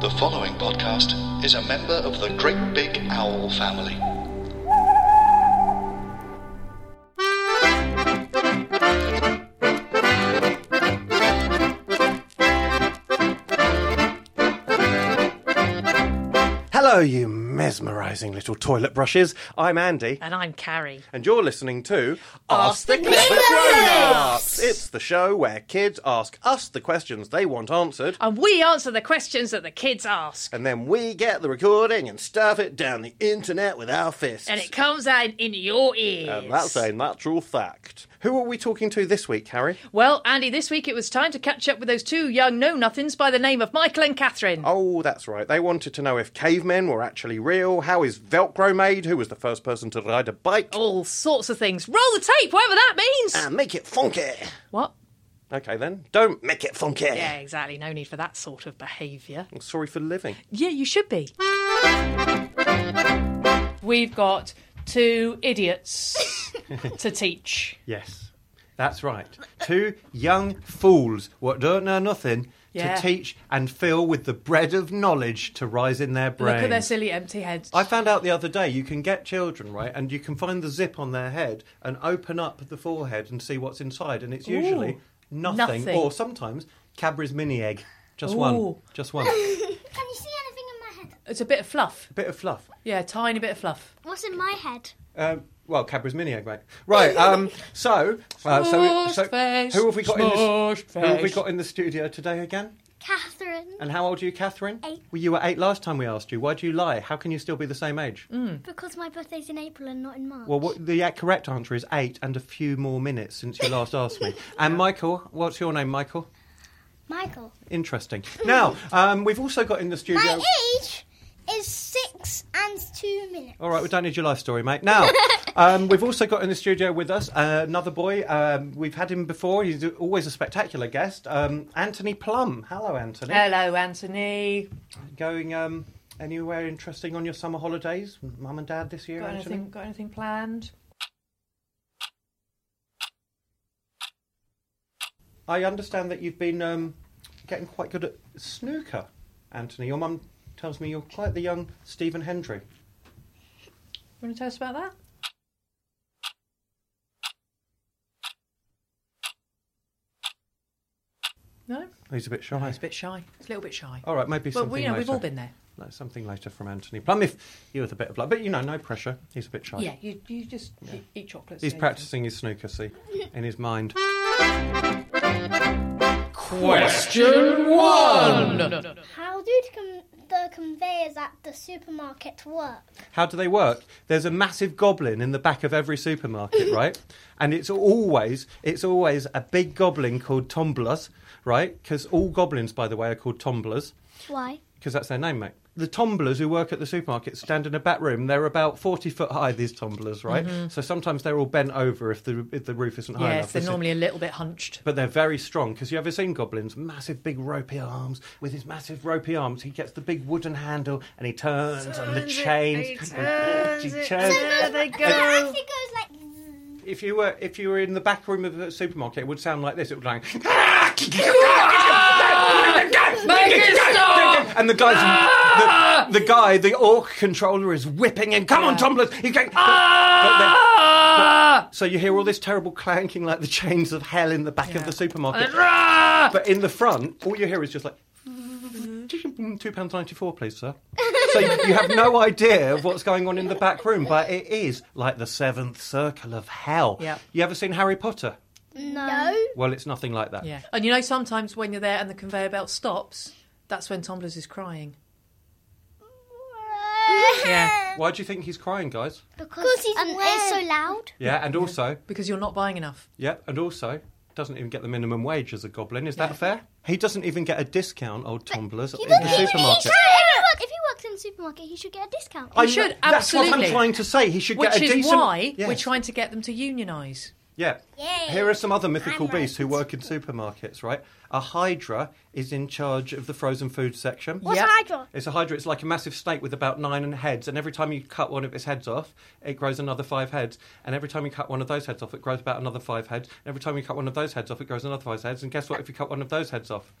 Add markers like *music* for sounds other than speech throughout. The following podcast is a member of the Great Big Owl family. Hello, you mesmerising little toilet brushes. I'm Andy, And I'm Carrie. and you're listening to Ask the Clipper Grown-Ups. It's the show where kids ask us the questions they want answered, And we answer the questions that the kids ask. and then we get the recording and stuff it down the internet with our fists. And it comes out in your ears. Uh, and that's a natural fact. Who are we talking to this week, Harry? Well, Andy, this week it was time to catch up with those two young know nothings by the name of Michael and Catherine. Oh, that's right. They wanted to know if cavemen were actually real, how is Velcro made, who was the first person to ride a bike, All sorts of things. Roll the tape, whatever that means. Um. and make it funky. what? Okay, then. Don't make it funky. Yeah, exactly. No need for that sort of behaviour. I'm sorry for living. Yeah, you should be. We've got two idiots to teach. Yes, that's right. Two young fools, what don't know nothing, Yeah. to teach and fill with the bread of knowledge to rise in their brains. Look at their silly empty heads. I found out the other day you can get children, right, and you can find the zip on their head and open up the forehead and see what's inside, and it's usually Ooh, nothing, nothing. or sometimes Cadbury's mini egg. Just Ooh. one. Just one. *laughs* Can you see anything in my head? It's a bit of fluff. Bit of fluff. Yeah, tiny bit of fluff. What's in my head? Um, well, Cadbury's mini egg, mate. *laughs* Right. Um, so, uh, so, so Smushed face, who have we got in the, smushed who have we face. got in the studio today again? Catherine. And how old are you, Catherine? Eight. Well, you were eight last time we asked you. Why do you lie? How can you still be the same age? Because my birthday's in April and not in March. Well, what, the uh, correct answer is eight and a few more minutes since you last asked me. And Michael, what's your name, Michael? Michael. Interesting. Now, um, we've also got in the studio. My age is six and two minutes. All right, we don't need your life story, mate. Now, um, we've also got in the studio with us uh, another boy. Um, we've had him before. He's always a spectacular guest. Um, Anthony Plum. Hello, Anthony. Hello, Anthony. Going um, anywhere interesting on your summer holidays, mum and dad this year? Got Anthony? anything? Got anything planned? I understand that you've been um, getting quite good at snooker, Anthony. Your mum tells me you're quite the young Stephen Hendry. You want to tell us about that? No, He's a bit shy. it's a bit shy. It's a little bit shy. All right, maybe But something we, you know, later. we've all been there. No, something later from Anthony Plum, if you with a bit of luck. But you know, no pressure. He's a bit shy. Yeah, you, you just eat, eat chocolates. He's yeah, you practicing his snooker, see, in his mind. How do the con- the conveyors at the supermarket work? How do they work? There's a massive goblin in the back of every *laughs* supermarket, right? And it's always it's always a big goblin called Tumblers, right? Because all goblins, by the way, are called Tumblers. Why? because that's their name, mate. The tumblers who work at the supermarket stand in a back room. They're about forty foot high. These tumblers, right? So sometimes they're all bent over if the if the roof isn't can. high Mm-hmm. Yes, enough. they're is it? normally a little bit hunched. But they're very strong because you ever seen goblins? Massive, big, ropey arms. With his massive, ropey arms, he gets the big wooden handle and he turns, and the chains. and he turns. they It actually goes like. zzz. If you were if you were in the back room of a supermarket, it would sound like this. It would like. And the guy's the, the guy, the orc controller, is whipping in. Come on, tumblers! You can. But, but they're, Rah! So you hear all this terrible clanking like the chains of hell in the back of the supermarket. And then, "Rah!" But in the front, all you hear is just like two pounds ninety four, please, sir. So you you have no idea of what's going on in the back room, but it is like the seventh circle of hell. Yeah. You ever seen Harry Potter? No. Well, it's nothing like that. Yeah. And you know, sometimes when you're there and the conveyor belt stops, that's when Tumblers is crying. Yeah. Why do you think he's crying, guys? Because he's and it's so loud. Yeah, and also, Because you're not buying enough. yeah, and also, doesn't even get the minimum wage as a goblin. Is that fair? He doesn't even get a discount, old tumblers, in the supermarket. If he works in the supermarket, he should get a discount. I know- should, That's what I'm absolutely. trying to say. He should Which get a is decent. why Yes. we're trying to get them to unionise. Yeah. Yay. Here are some other mythical I'm beasts who work in supermarkets, right? A hydra is in charge of the frozen food section. What's Yeah. Hydra? It's a hydra. It's like a massive snake with about nine and heads, and every time you cut one of its heads off, it grows another five heads. And every time you cut one of those heads off, it grows about another five heads. And every time you cut one of those heads off, it grows another five heads. And guess what? If you cut one of those heads off,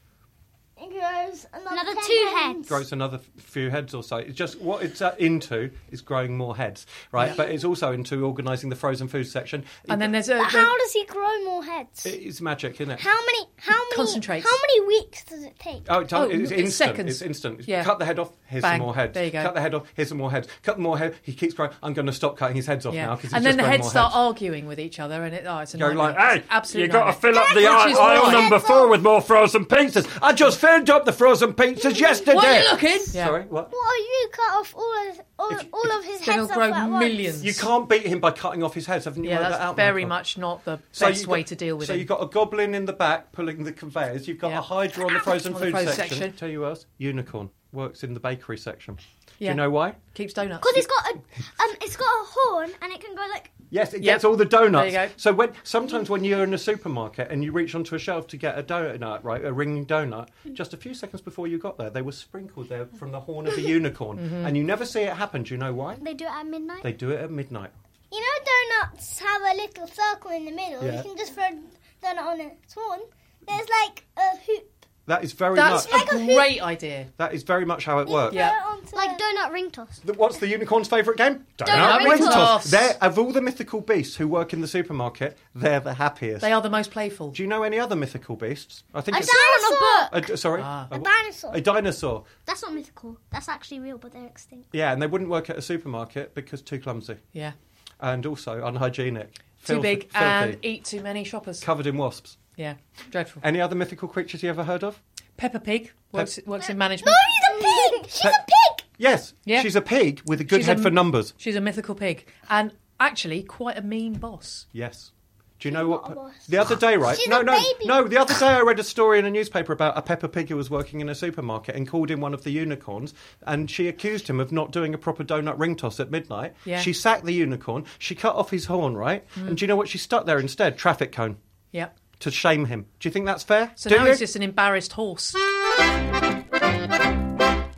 Grows another, two heads. grows another f- few heads or so. It's just what it's uh, into is growing more heads, right? But it's also into organising the frozen food section. And then there's a. But how does he grow more heads? it's magic, isn't it? how many? How many? Concentrates. How many weeks does it take? Oh, it does, Oh, it's it's instant. seconds. It's instant. It's Yeah. Cut the head off. Here's Bang. some more heads. There you go. Cut the head off. Here's some more heads. Cut more head. He keeps growing. I'm going to stop cutting his heads off now yeah. because just And then the growing heads more start heads. arguing with each other, and it, oh, it's a Go nightmare. like, hey, It's absolute you got to nightmare. fill up the Which is aisle, aisle why- number four with more frozen pizzas. I just filled up the frozen pizzas yesterday. What are you looking? Yeah. Sorry, what? What are you cut off all of all, If- all of his Then heads he'll off grow at once? millions. You can't beat him by cutting off his heads. Haven't you Yeah, worked that's that out, very Michael? much not the So best you've way got- to deal with so it. you've got a goblin in the back pulling the conveyors. You've got Yeah. a hydra on the frozen *laughs* On the food frozen section. section. Tell you what else? Unicorn works in the bakery section. Do Yeah. you know why? Keeps donuts. Because it's got a um, it's got a horn and it can go like. Yes, it Yep. gets all the donuts. There you go. So when sometimes when you're in a supermarket and you reach onto a shelf to get a donut, right, a ringing donut, just a few seconds before you got there, they were sprinkled there from the horn of a unicorn, Mm-hmm. and you never see it happen. Do you know why? They do it at midnight. They do it at midnight. You know, donuts have a little circle in the middle. Yeah. You can just throw a donut on its horn. There's like a hoop. That is very That's much. Like a a great idea. That is very much how it works. Yeah. Like donut ring toss. The- What's the unicorn's favourite game? Donut ring ring toss. They're, of all the mythical beasts who work in the supermarket, they're the happiest. They are the most playful. Do you know any other mythical beasts? I think A it's dinosaur. a, d- sorry, Ah. a, what? dinosaur. A dinosaur. That's not mythical. That's actually real, but they're extinct. Yeah, and they wouldn't work at a supermarket because too clumsy Yeah. and also unhygienic. Too Filthy- big filthy. and e- eat too many shoppers. covered in wasps. Yeah. Dreadful. Any other mythical creatures you ever heard of? Peppa Pig works, works in No, management. he's a pig. She's a pig. Yes, Yeah. she's a pig with a good She's head a- for numbers. She's a mythical pig and actually quite a mean boss. Yes. Do you know what? not a wasp. The other day, right? She's no, a no, baby. no. The other day, I *laughs* read a story in a newspaper about a Peppa Pig who was working in a supermarket and called in one of the unicorns, and she accused him of not doing a proper donut ring toss at midnight. Yeah. She sacked the unicorn. She cut off his horn, right? Hmm. And do you know what she stuck there instead? Traffic cone Yep. to shame him. Do you think that's fair? So do now you? he's just an embarrassed *gasps* horse.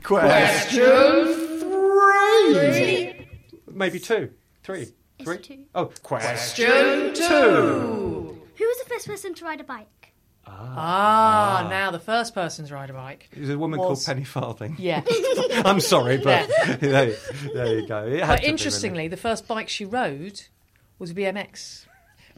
Question three. Maybe two. Three. Three? two. Oh, question two. Who was the first person to ride a bike? Ah, now the first person to ride a bike. There's a woman Was- called Penny Farthing. Yeah. *laughs* *laughs* I'm sorry, but *laughs* there, you- there you go. It had to be, But really. interestingly, the first bike she rode was BMX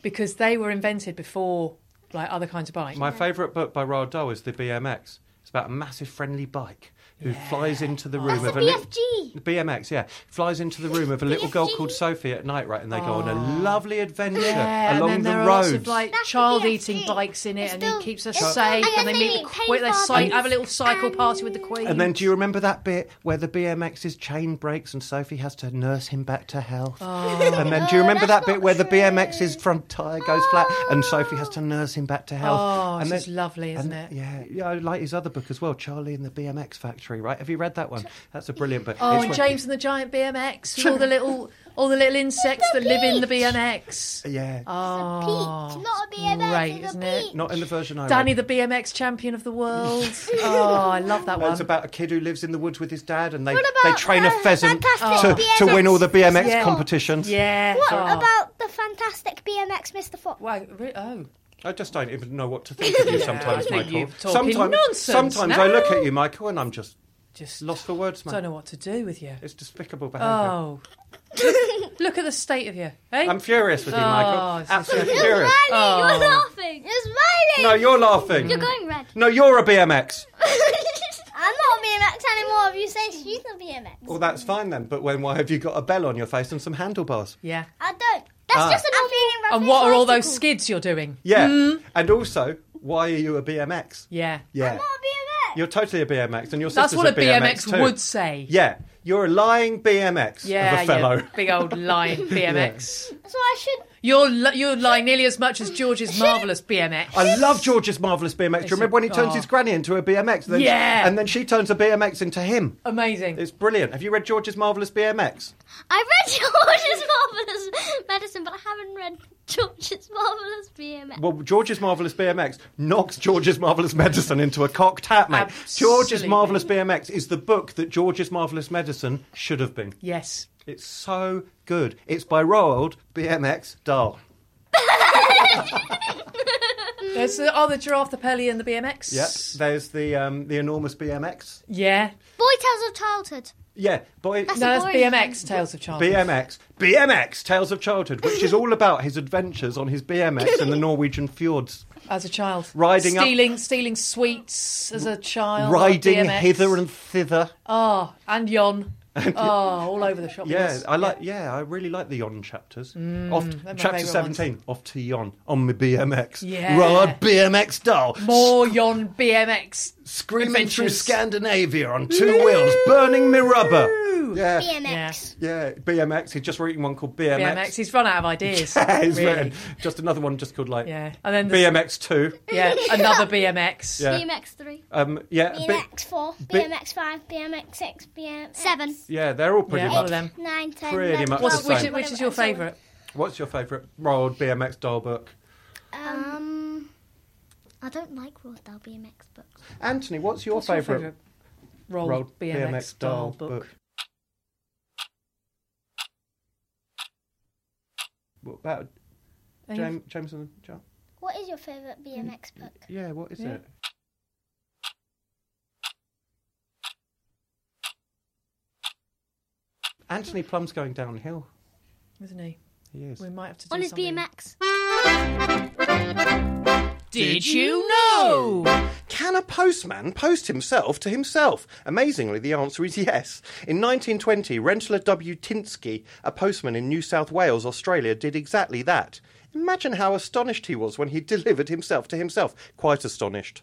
because they were invented before like other kinds of bikes. My favourite book by Roald Dahl is The BMX. It's about a massive friendly bike who flies into the room That's of a a little. BFG. BMX, yeah, flies into the room of a little girl BFG. called Sophie at night, right? And they go on a lovely adventure Oh. yeah, along and then the there are roads. lots of like That's the child-eating BFG. bikes in it, It's and still- it keeps us it's still- safe. and And, then they they meet, meet paint wait, they bars cy- have a little and- cycle party with the queen. And then, do you remember that bit where the BMX is chain breaks and Sophie has to nurse him back to health? Oh. And then, do you No, remember that that's bit not where the true. BMX's front tire goes flat and Sophie has to nurse him back to health? Oh, and this is lovely, and- isn't it? Yeah, yeah. I like his other book as well, Charlie and the BMX Factory. Right? Have you read that one? That's a brilliant book. oh, It's and where- James and the giant *laughs* BMX, with all the little all the little insects that live in the BMX. Yeah, Oh. It's a peach, not a BMX. great, it's a isn't it? peach. not in the version I Danny, read. the BMX champion of the *laughs* world. oh, I love that No, one. It's about a kid who lives in the woods with his dad, and they, What they about, train a uh, pheasant to, Fantastic to win all the BMX Yeah. competitions. yeah. What Oh. about the fantastic BMX Mr. Fox? Wow, re- oh. I just don't *laughs* even know what to think of you Yeah, I sometimes, think Michael. you're talking sometimes, nonsense sometimes I look now. at you, Michael, and I'm just Just Lost for words, man. don't know what to do with you. It's despicable behaviour. *laughs* Oh, look at the state of you. Hey, I'm furious with you, Oh, Michael. this is Absolutely dreadful. furious. You're Oh. laughing. You're smiling. No, you're laughing. You're going red. No, you're a BMX. *laughs* I'm not a BMX anymore. If you say she's a BMX, Well, that's fine then. But when? Why have you got a bell on your face and some handlebars? yeah. I don't. That's Ah. just an old And what are all those skids you're doing? Yeah. And also, why are you a BMX? Hmm? Yeah, Yeah. I'm not a BMX. You're totally a BMX, and your that's sister's what a BMX, BMX, too. would say. Yeah, you're a lying BMX yeah, of a fellow. you *laughs* big old *laughs* lying BMX. So I should. You're li- you're lying nearly as much as George's marvelous *laughs* BMX. I love George's marvelous BMX. Do you remember when he turns oh. his granny into a BMX? Then Yeah. and then she turns a BMX into him. Amazing. It's brilliant. Have you read George's marvelous BMX? I *laughs* read George's Marvelous Medicine, but I haven't read George's Marvelous BMX. Well, George's marvelous BMX knocks George's marvelous medicine into a cocked hat, mate. George's Absolutely. marvelous BMX is the book that George's marvelous medicine should have been. yes. It's so good. It's by Roald BMX Dahl. There's the, oh, the giraffe, the pelly, and the BMX. Yep. There's the um, the enormous BMX. Yeah. Boy Tales of Childhood. Yeah, boy. No, that's Boring. BMX, Tales of Childhood. BMX, BMX, Tales of Childhood, which is all about his adventures on his BMX *laughs* in the Norwegian fjords, as a child. Riding up- stealing, stealing sweets as a child. riding BMX. hither and thither. oh, and yon. oh, all over the shop. Yeah, Yes. Mm, I like. Yeah, I really like the Yon chapters. off my chapter favourite seventeen, off to Yon on my BMX. Yeah. Rod BMX doll, *laughs* more yon BMX. screaming through adventures. Scandinavia on two wheels, burning me rubber. Yeah, BMX. Yeah. yeah, BMX. He's just reading one called BMX. BMX. He's run out *laughs* of ideas. He's really. written just another one, just called like Yeah, and then there's- BMX two. Yeah, another *laughs* BMX. Yeah. BMX 3. Um, yeah, a bit- BMX 4, bi- BMX 5, BMX 6, BMX 7. yeah, they're all pretty Yeah, all much of them. 9, 10, Pretty 11, much the 12, What's, which, same. which is your favourite? What's your favourite Roald BMX doll book? Um, I don't like Roald Dahl BMX books. Anthony, what's your What's your favourite favourite Roald, Roald BMX, doll book? What about Any- James, James and John? What is your favourite BMX Hmm. book? Yeah, what is Yeah. it? Anthony Plum's going downhill. Isn't he? He is. We might have to do On his something. BMX. Did you know? Can a postman post himself to himself? Amazingly, the answer is yes. In 1920, Rensselaer W. Tinsky, a postman in New South Wales, Australia, did exactly that. Imagine how astonished he was when he *laughs* delivered himself to himself. Quite astonished.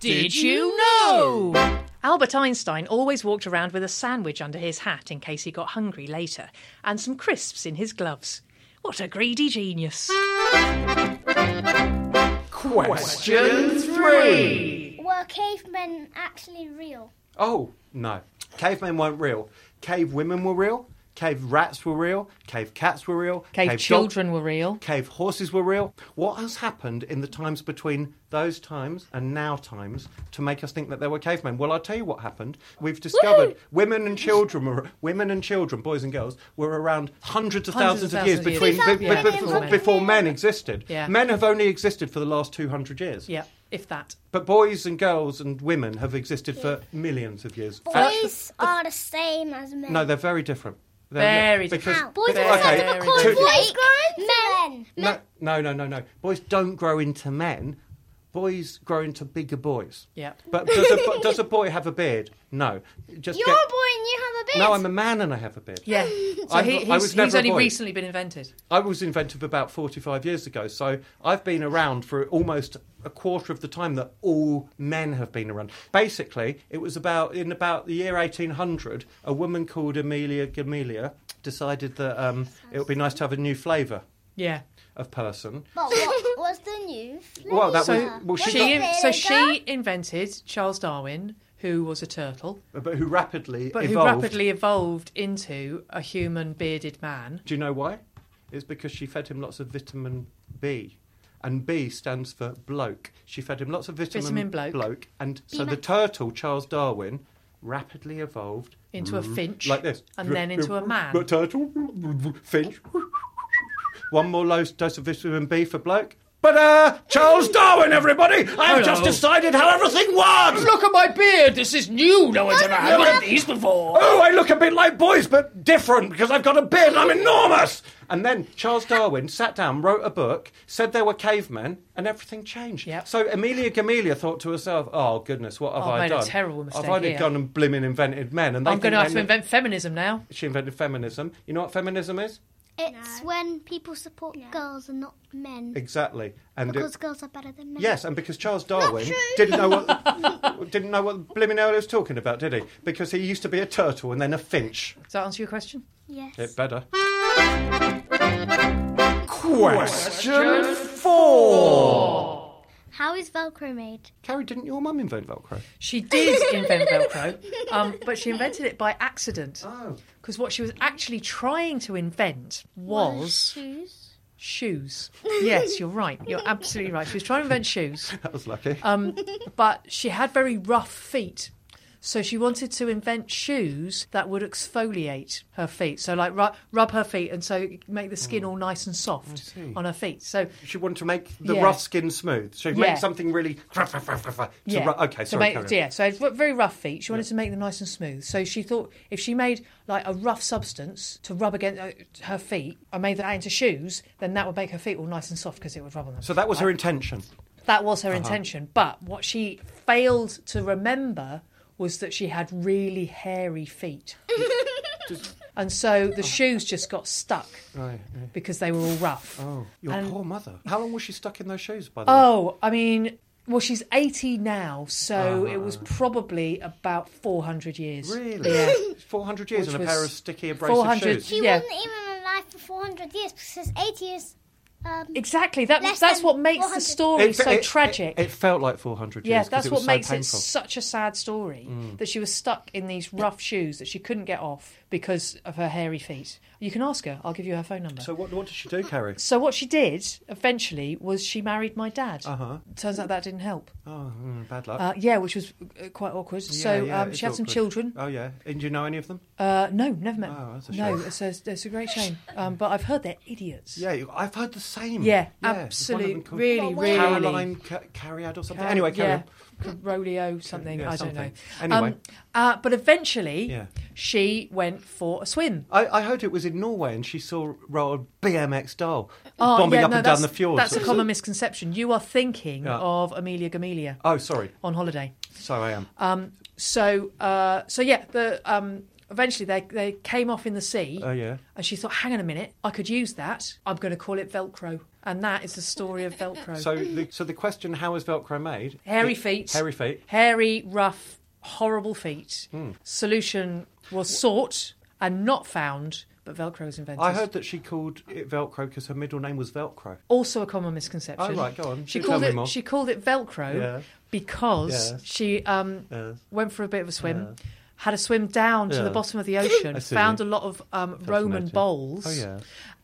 Did you know? Albert Einstein always walked around with a sandwich under his hat in case he got hungry later, and some crisps in his gloves. What a greedy genius. Question three. Were cavemen actually real? Oh no, cavemen weren't real. Cave women were real. Cave rats were real. Cave cats were real. Cave dog- children were real. cave horses were real. What has happened in the times between those times and now times to make us think that there were cavemen? Well, I'll tell you what happened. We've discovered women and children were women and children, boys and girls, were around hundreds of Hundreds thousands of of years thousands of between years. be- be- Yeah. be- Before men. before men existed. Yeah. Men have only existed for the last 200 years. Yeah. if that. But boys and girls and women have existed for millions of years. Uh, Boys are the same as men. No, they're very different. They're Very because- different. Boys Very are the size of a different. cornflake. men. No, no, no, no, no. Boys don't grow into men. Boys grow into bigger boys. Yep. But does a, bo- does a boy have a beard? No. Just You're get- a boy and you have a beard. No, I'm a man and I have a beard. *laughs* Yeah. So *laughs* I- he, I he's, was never he's a only boy. recently been invented. I was invented about 45 years ago, so I've been around for almost a quarter of the time that all men have been around. Basically, it was about in about the year 1800, a woman called Amelia Gamelia decided that um, it would be nice to have a new flavour Yeah. of person. *laughs* But what was the new flavour? Well, that So was well, she, she, got- so she invented Charles Darwin, who was a turtle, but who rapidly but evolved. who rapidly evolved into a human bearded man. Do you know why? It's because she fed him lots of vitamin B. And B stands for bloke. She fed him lots of vitamin, Vitamin bloke. And so the turtle, Charles Darwin, rapidly evolved. Into a finch. Mm-hmm. Like this. And then into a man. But turtle, finch. One more lo- dose of vitamin B for bloke. But uh, Charles Darwin, everybody! I've Hello. just decided how everything works! Look at my beard! This is new! No one's ever had one of these before! Oh, I look a bit like boys, but different because I've got a beard and I'm enormous. And then Charles Darwin sat down, wrote a book, said there were cavemen, and everything changed. Yep. So Amelia Gamelia thought to herself, oh, goodness, what have Oh, I've I made a done? terrible mistake I've either here." gone and blimmin' invented men. And they I'm going to think have to men- invent feminism now. She invented feminism. You know what feminism is? It's when people support girls and not men. Exactly. And it- Because girls are better than men. Yes, and because Charles Darwin didn't know what didn't know what blimmin' hell he was talking about, did he? Because he used to be a turtle and then a finch. Does that answer your question? Yes. It better. Question four. How is Velcro made? Carrie, didn't your mum invent Velcro? She did invent Velcro, um, but she invented it by accident. Oh. Because what she was actually trying to invent was Shoes. shoes. Yes, you're right. You're absolutely right. She was trying to invent shoes, *laughs* Um, That was lucky. but she had very rough feet. So she wanted to invent shoes that would exfoliate her feet. So, like, ru- rub her feet and so make Oh, the skin all nice and soft on her feet. So, she wanted to make the Yeah. rough skin smooth. So make Yeah. something really. To yeah. ru- okay, So sorry. make- carry on. yeah, so it's ru- very rough feet. She wanted to make them nice and smooth. So she thought if she made like a rough substance to rub against uh, her feet, I made that into shoes, then that would make her feet all nice and soft because it would rub on them. So that Uh-huh. was her intention. That was her intention. But what she failed to remember was that she had really *laughs* hairy feet. and so the shoes just got stuck because they were all rough. Uh. Oh, your poor mother. How long was she stuck in those shoes, by the way? Oh, I mean, well, she's 80 now, so it was probably about 400 years. Uh-huh. Really? *laughs* Yeah. 400 years Which and a was pair of sticky abrasive 400 shoes. He Yeah. wasn't even alive for 400 years because his 80 years. Um, Exactly. That, Less that's than what makes the 400. story so tragic. It, felt like 400 yeah, years. 'cause that's it what was so makes it painful. Mm. such a sad story that she was stuck in these rough shoes that she couldn't get off because of her hairy feet. You can ask her. I'll give you her phone number. So what, what did she do, Carrie? So what she did eventually was she married my dad. Uh-huh. Turns out that didn't help. Oh, mm, bad luck. Uh, yeah, which was uh, quite awkward. so Yeah, yeah, um, it's she had some awkward. children. Oh, yeah. And do you know any of them? Uh, no, never met. Oh, that's a no, shame. it's a, it's a great shame. Um, but I've heard they're idiots. Yeah, you- I've heard the same. Yeah, there's one of them absolute- called really, really- Caroline Ca- Carriad or something. Car- anyway, carry Um, yeah, on. Carolio something. Yeah, I don't something. know. Anyway. uh, but eventually, Yeah. she went for a swim. I, I heard it was in Norway and she saw roll a BMX doll Oh, bombing yeah, up no, and down that's- the fjords. That's a common misconception. You are thinking Yeah. of Amelia Gamelia Oh, sorry. on holiday. So I am. Uh, So, uh, so yeah, the um, eventually they they came off in the sea. Oh, yeah. And she thought, hang on a minute, I could use that. I'm going to call it Velcro, and that is the story of Velcro. so, the, so the question, how is Velcro made? Hairy It- feet. Hairy feet. Hmm. Hairy, rough, horrible feet. Solution was sought and not found, but Velcro was invented. I heard that she called it Velcro because her middle name was Velcro. also a common Oh, misconception. right, go on. She Tell called me it. more. She called it Velcro Yeah. because Yes. she um, Yes. went for a bit of a swim. Had a swim down to the Yeah. bottom of the ocean, *coughs* I see. found a lot of um, Fascinating. Roman bowls Oh, yeah.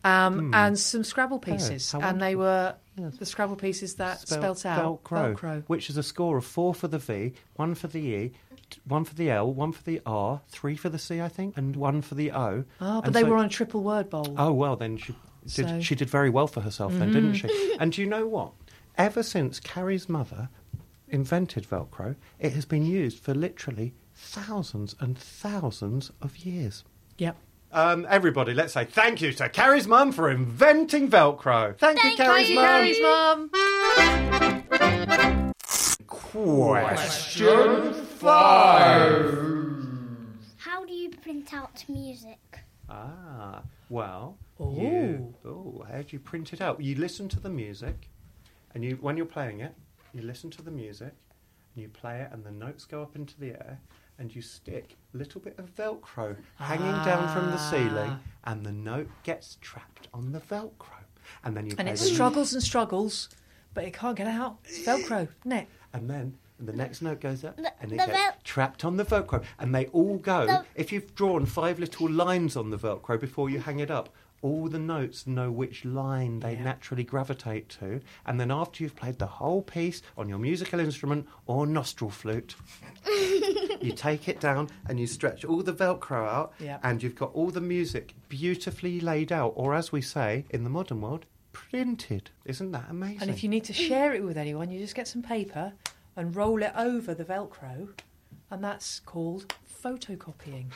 Oh, um, and some Scrabble pieces. how and they were the Scrabble pieces that spelt out Velcro, which is a score of four for the V, one for the E, t- one for the L, one for the R, three for the C, I think, and one for the O. Ah, but And they so- were on a triple word bowl. Oh well, then she did. So- Mm-hmm. She did very well for herself, then, didn't she? And do you know what? Ever since Carrie's mother invented Velcro, it has been used for literally thousands and thousands of years. Yep. Um, everybody, let's say thank you to Carrie's mum for inventing Velcro. Thank, you, Carrie's mum. Carrie's mum. Question five. How do you print out music? Ah, well, you, oh, how do you print it out? You listen to the music, and you when you're playing it, you listen to the music, and you play it, and the notes go up into the air, and you stick a little bit of Velcro hanging down from the ceiling, and the note gets trapped on the Velcro, and then you And play it the- struggles and struggles, but it can't get out. It's Velcro, isn't it? and then the next note goes up The- and it the gets vel- trapped on the velcro and they all go The- if you've drawn five little lines on the velcro before you hang it up all the notes know which line they naturally gravitate to and then after you've played the whole piece on your musical instrument or nostril flute you take it down and you stretch all the velcro out Yep. and you've got all the music beautifully laid out or as we say in the modern world printed isn't that amazing And if you need to share it with anyone, you just get some paper and roll it over the Velcro, and that's called photocopying.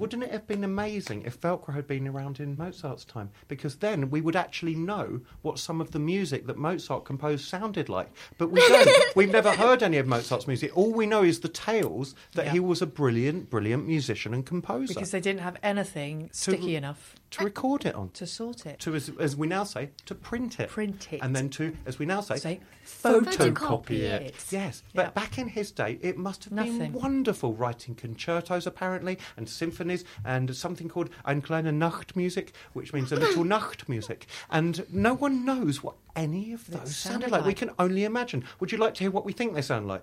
Wouldn't it have been amazing if Velcro had been around in Mozart's time? Because then we would actually know what some of the music that Mozart composed sounded like. But we *laughs* don't. We've never heard any of Mozart's music. All we know is the tales that Yeah. he was a brilliant, brilliant musician and composer. Because they didn't have anything sticky enough to record it on. to sort it. To, as, as we now say, to print it. Print it. And then to, as we now say, Say, photocopy photocopy it. it. Yes, but Yeah. back in his day, it must have been Nothing. wonderful writing concertos, apparently, and symphonies, and something called Ein kleine Nachtmusik, which means a little Nacht music. And no one knows what any of those sounded sounded like. We like. can only imagine. Would you like to hear what we think they sound like?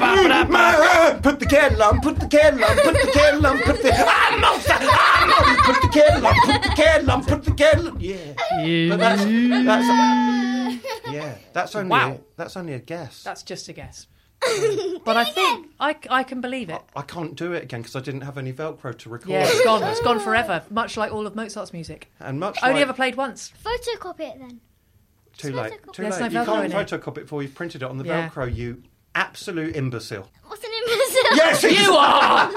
Put the kettle on, put the kettle on, put the kettle on, put the I'm Mozart, I'm Mozart. Put the kettle on, put the kettle on, put the kettle on. Yeah. But that's, that's yeah. That's only Wow. that's only a guess. That's just a guess. but I think I, I can believe it. I can't do it again because I didn't have any Velcro to record. Yeah, it's gone. It's gone forever, much like all of Mozart's music. And much Only like, ever played once. Photocopy it then. Too late. Photocopy. Too There's late. no you Velcro can't in it. photocopy it before you've printed it on the Yeah. Velcro, you absolute imbecile. What's an imbecile? *laughs* Yes, You are!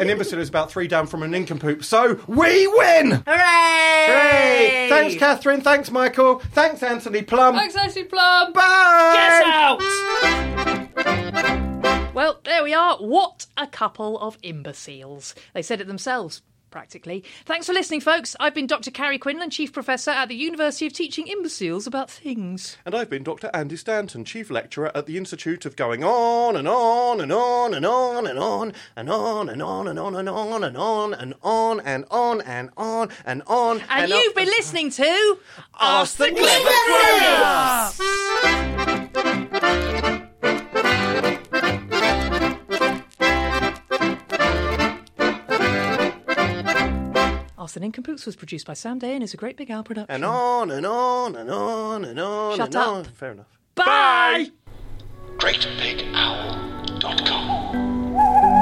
an imbecile is about three down from a nincompoop, so we win! Hooray! Hey! Thanks, Catherine. Thanks, Michael. Thanks, Anthony Plum. Anxiety Plum! Bye! Get out! Well, there we are. What a couple of imbeciles. They said it themselves, practically. Thanks for listening, folks. I've been Dr. Carrie Quinlan, Chief Professor at the University of Teaching Imbeciles About Things. And I've been Dr. Andy Stanton, Chief Lecturer at the Institute of Going On and On and On and On and On and On and On and On and On and On and On and On and On and On And you've been listening to Ask the Clever Grown-Ups. Ask the Nincompoops was produced by Sam Day and is a great big owl production. and on and on and on and on Shut and on. up. Fair enough. Bye! GreatBigOwl.com.